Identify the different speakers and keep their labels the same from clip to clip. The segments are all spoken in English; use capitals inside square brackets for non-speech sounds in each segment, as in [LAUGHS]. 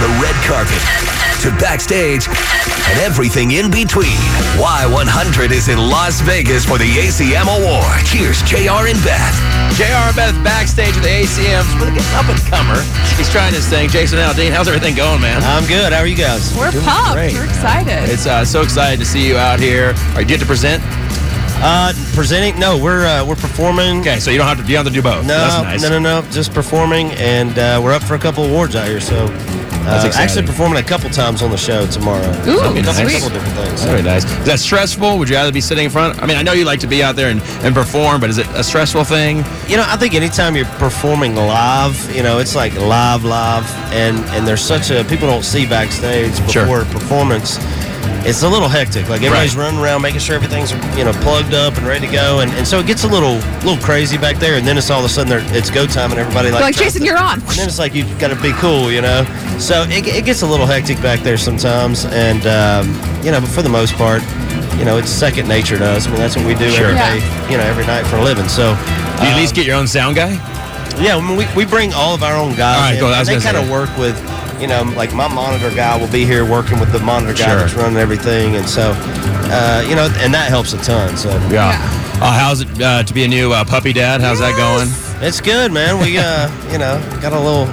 Speaker 1: the red carpet to backstage and everything in between. Y100 is in Las Vegas for the ACM Award. Here's JR and Beth.
Speaker 2: JR and Beth backstage at the ACMs with an up and comer. He's trying this thing. Jason Aldean, how's everything going, man?
Speaker 3: I'm good. How are you guys?
Speaker 4: We're pumped.
Speaker 2: great,
Speaker 4: We're excited.
Speaker 2: It's uh, so excited to see you out here. Are you get to present?
Speaker 3: Uh, presenting? No, we're uh, we're performing.
Speaker 2: Okay, so you don't have to be on the do both.
Speaker 3: No,
Speaker 2: that's nice.
Speaker 3: no, no, no. Just performing, and uh, we're up for a couple awards out here. So, uh,
Speaker 2: exciting.
Speaker 3: actually performing a couple times on the show tomorrow.
Speaker 4: Ooh,
Speaker 3: so, a couple,
Speaker 2: nice.
Speaker 3: couple different things.
Speaker 2: Very nice. Is that stressful? Would you rather be sitting in front? I mean, I know you like to be out there and, and perform, but is it a stressful thing?
Speaker 3: You know, I think anytime you're performing live, you know, it's like live, live, and and there's such a people don't see backstage before
Speaker 2: Sure.
Speaker 3: a performance. It's a little hectic. Like everybody's running around, making sure everything's you know plugged up and ready to go, and, and so it gets a little little crazy back there. And then it's all of a sudden there, it's go time, and everybody like,
Speaker 4: Like,
Speaker 3: tries
Speaker 4: Jason,
Speaker 3: to-
Speaker 4: you're on.
Speaker 3: And then it's like you got to be cool, you know. So it, it gets a little hectic back there sometimes, and um, you know, but for the most part, you know, it's second nature to us. I mean, that's what we do
Speaker 2: Sure.
Speaker 3: every
Speaker 4: Yeah.
Speaker 3: day, you know, every night for a living. So uh,
Speaker 2: Do you at least get your own sound guy?
Speaker 3: yeah, I mean, we, we bring all of our own guys.
Speaker 2: All right,
Speaker 3: in,
Speaker 2: cool. I
Speaker 3: and
Speaker 2: was
Speaker 3: they
Speaker 2: gonna
Speaker 3: kind
Speaker 2: say.
Speaker 3: of work with, you know, like my monitor guy will be here working with the monitor guy
Speaker 2: Sure.
Speaker 3: that's running everything, and so, uh, you know, and that helps a ton. So
Speaker 2: Yeah.
Speaker 4: Yeah.
Speaker 2: Uh, how's it uh, to be a new uh, puppy dad? How's that going?
Speaker 3: it's good, man. We, uh, [LAUGHS] you know, got a little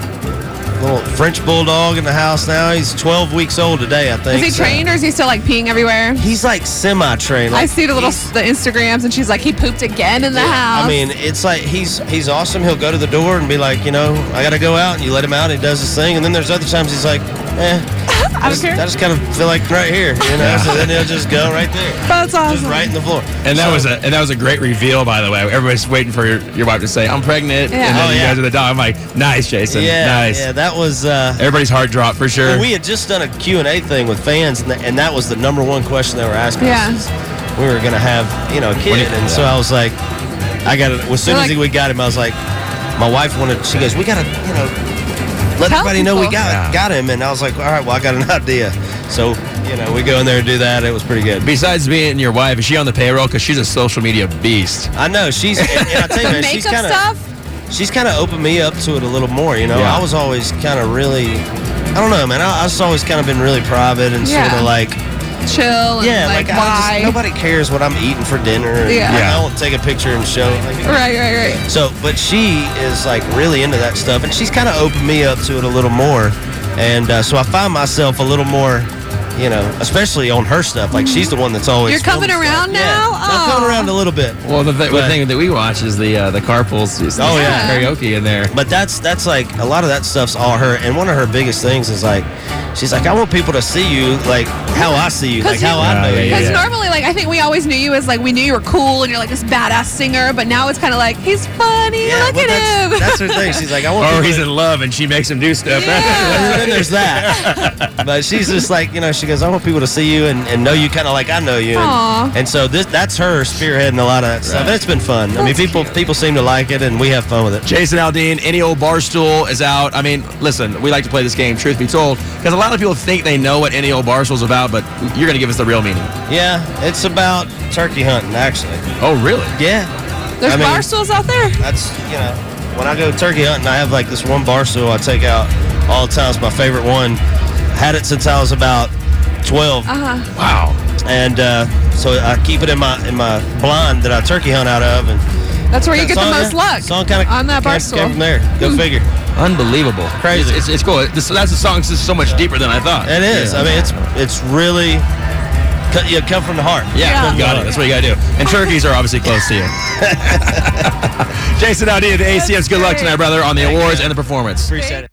Speaker 3: little French bulldog in the house now. He's 12 weeks old today, I think.
Speaker 4: Is he
Speaker 3: so-
Speaker 4: trained or is he still like peeing everywhere?
Speaker 3: He's like semi-trained.
Speaker 4: I
Speaker 3: Like,
Speaker 4: see the little
Speaker 3: he's-
Speaker 4: the Instagrams and she's like, he pooped again in the house.
Speaker 3: I mean, it's like he's he's awesome. He'll go to the door and be like, you know, I gotta go out, and you let him out. And he does his thing, and then there's other times he's like, eh,
Speaker 4: I don't
Speaker 3: just-
Speaker 4: care.
Speaker 3: I just kind of feel like right here, you know. So then he'll just go right there,
Speaker 4: That's
Speaker 3: just
Speaker 4: awesome.
Speaker 3: right in the floor.
Speaker 2: And that
Speaker 3: So-
Speaker 2: was a and that was a great reveal, by the way. Everybody's waiting for your, your wife to say, "I'm pregnant,"
Speaker 4: Yeah.
Speaker 2: and then
Speaker 3: Oh,
Speaker 2: you
Speaker 3: yeah.
Speaker 2: guys are the dog. I'm like, "Nice, Jason.
Speaker 3: yeah,
Speaker 2: nice."
Speaker 3: yeah. That was. Uh,
Speaker 2: Everybody's heart dropped for sure.
Speaker 3: well, we had just done a Q and A thing with fans, and, th- and that was the number one question they were asking
Speaker 4: Yeah.
Speaker 3: us. is We were gonna have you know a kid,
Speaker 2: When you-
Speaker 3: and so I was like, I got it. As soon
Speaker 4: They're
Speaker 3: as
Speaker 4: like-
Speaker 3: we got him, I was like, my wife wanted. She goes, we gotta you know let
Speaker 4: Tell
Speaker 3: everybody know we
Speaker 4: people.
Speaker 3: got
Speaker 2: Yeah.
Speaker 3: got him, and I was like, all right, well I got an idea. So you know we go in there and do that. It was pretty good.
Speaker 2: Besides being your wife, is she on the payroll? Because she's a social media beast.
Speaker 3: I know she's and, and I tell you,
Speaker 4: [LAUGHS] the
Speaker 3: man,
Speaker 4: makeup
Speaker 3: she's kind of
Speaker 4: stuff.
Speaker 3: she's kind of opened me up to it a little more. You know,
Speaker 2: Yeah.
Speaker 3: I was always kind of really, I don't know, man. I, I was always kind of been really private and sort
Speaker 4: Yeah.
Speaker 3: of like,
Speaker 4: Chill. And
Speaker 3: yeah,
Speaker 4: Like,
Speaker 3: like, I
Speaker 4: why?
Speaker 3: just, nobody cares what I'm eating for dinner. and,
Speaker 4: Yeah.
Speaker 3: like,
Speaker 2: Yeah.
Speaker 3: I won't take a picture and show. it. Like,
Speaker 4: right. Right. Right.
Speaker 3: So, but she is like really into that stuff, and she's kind of opened me up to it a little more, and uh, so I find myself a little more. You know, especially on her stuff. Like she's the one that's always.
Speaker 4: Mm-hmm. You're coming
Speaker 3: filming stuff.
Speaker 4: around
Speaker 3: Yeah.
Speaker 4: now? Oh.
Speaker 3: I'm coming
Speaker 4: Aw.
Speaker 3: around a little bit.
Speaker 2: Well, the, th- the
Speaker 3: But-
Speaker 2: thing that we watch is the uh, the carpools. It's
Speaker 3: Oh,
Speaker 4: yeah.
Speaker 2: karaoke in there.
Speaker 3: But that's that's like a lot of that stuff's all her. And one of her biggest things is like, she's like, I want people to see you like how I see you, like
Speaker 4: 'Cause
Speaker 3: how
Speaker 4: you-
Speaker 3: I know
Speaker 2: Yeah,
Speaker 3: you.
Speaker 2: yeah,
Speaker 4: Because normally, like, I think we always knew you as like we knew you were cool and you're like this badass singer, but now it's kind of like he's funny. Look
Speaker 3: well,
Speaker 4: at
Speaker 3: that's,
Speaker 4: him.
Speaker 3: That's her thing. She's like, I want.
Speaker 2: Or
Speaker 3: people
Speaker 2: he's
Speaker 3: [LAUGHS] to-
Speaker 2: in love and she makes him do stuff.
Speaker 4: [LAUGHS] Yeah.
Speaker 3: And then there's
Speaker 4: [LAUGHS]
Speaker 3: that. but she's just like, you know, she goes, I want people to see you and, and know you kind of like I know you.
Speaker 4: Aw.
Speaker 3: And, and so this that's her spearheading a lot of that stuff. And it's been fun. I mean,
Speaker 4: That's
Speaker 3: people people seem to like it, and we have fun with it.
Speaker 2: [LAUGHS] Jason Aldean, any old bar stool is out. I mean, listen, we like to play this game, truth be told, because a lot of people think they know what any old bar stool is about, but you're going to give us the real meaning.
Speaker 3: Yeah, it's about turkey hunting, actually.
Speaker 2: Oh, really?
Speaker 3: Yeah,
Speaker 4: There's
Speaker 3: I mean-
Speaker 4: bar stools out there.
Speaker 3: that's you know when I go turkey hunting, I have like this one bar stool I take out all the time. It's my favorite one. Had it since I was about 12
Speaker 4: Uh-huh.
Speaker 2: Wow.
Speaker 3: and uh, so I keep it in my in my blind that I turkey hunt out of, and
Speaker 4: That's where you get the
Speaker 3: Song-
Speaker 4: most luck.
Speaker 3: Song kind of
Speaker 4: on that bar
Speaker 3: came,
Speaker 4: stool. Hmm.
Speaker 3: came from there. Go figure.
Speaker 2: Unbelievable.
Speaker 3: Crazy.
Speaker 2: It's, it's, it's cool. This, that's the song's just so much deeper than I thought.
Speaker 3: It is.
Speaker 2: Yeah.
Speaker 3: I mean, it's it's really cut. You come from the heart.
Speaker 2: Yeah,
Speaker 4: Yeah.
Speaker 2: got it. That's what you gotta do. And turkeys are obviously close to you. Jason Aldean, the ACMs. Good luck
Speaker 4: great.
Speaker 2: tonight, brother, on the awards and the performance.
Speaker 3: Appreciate it.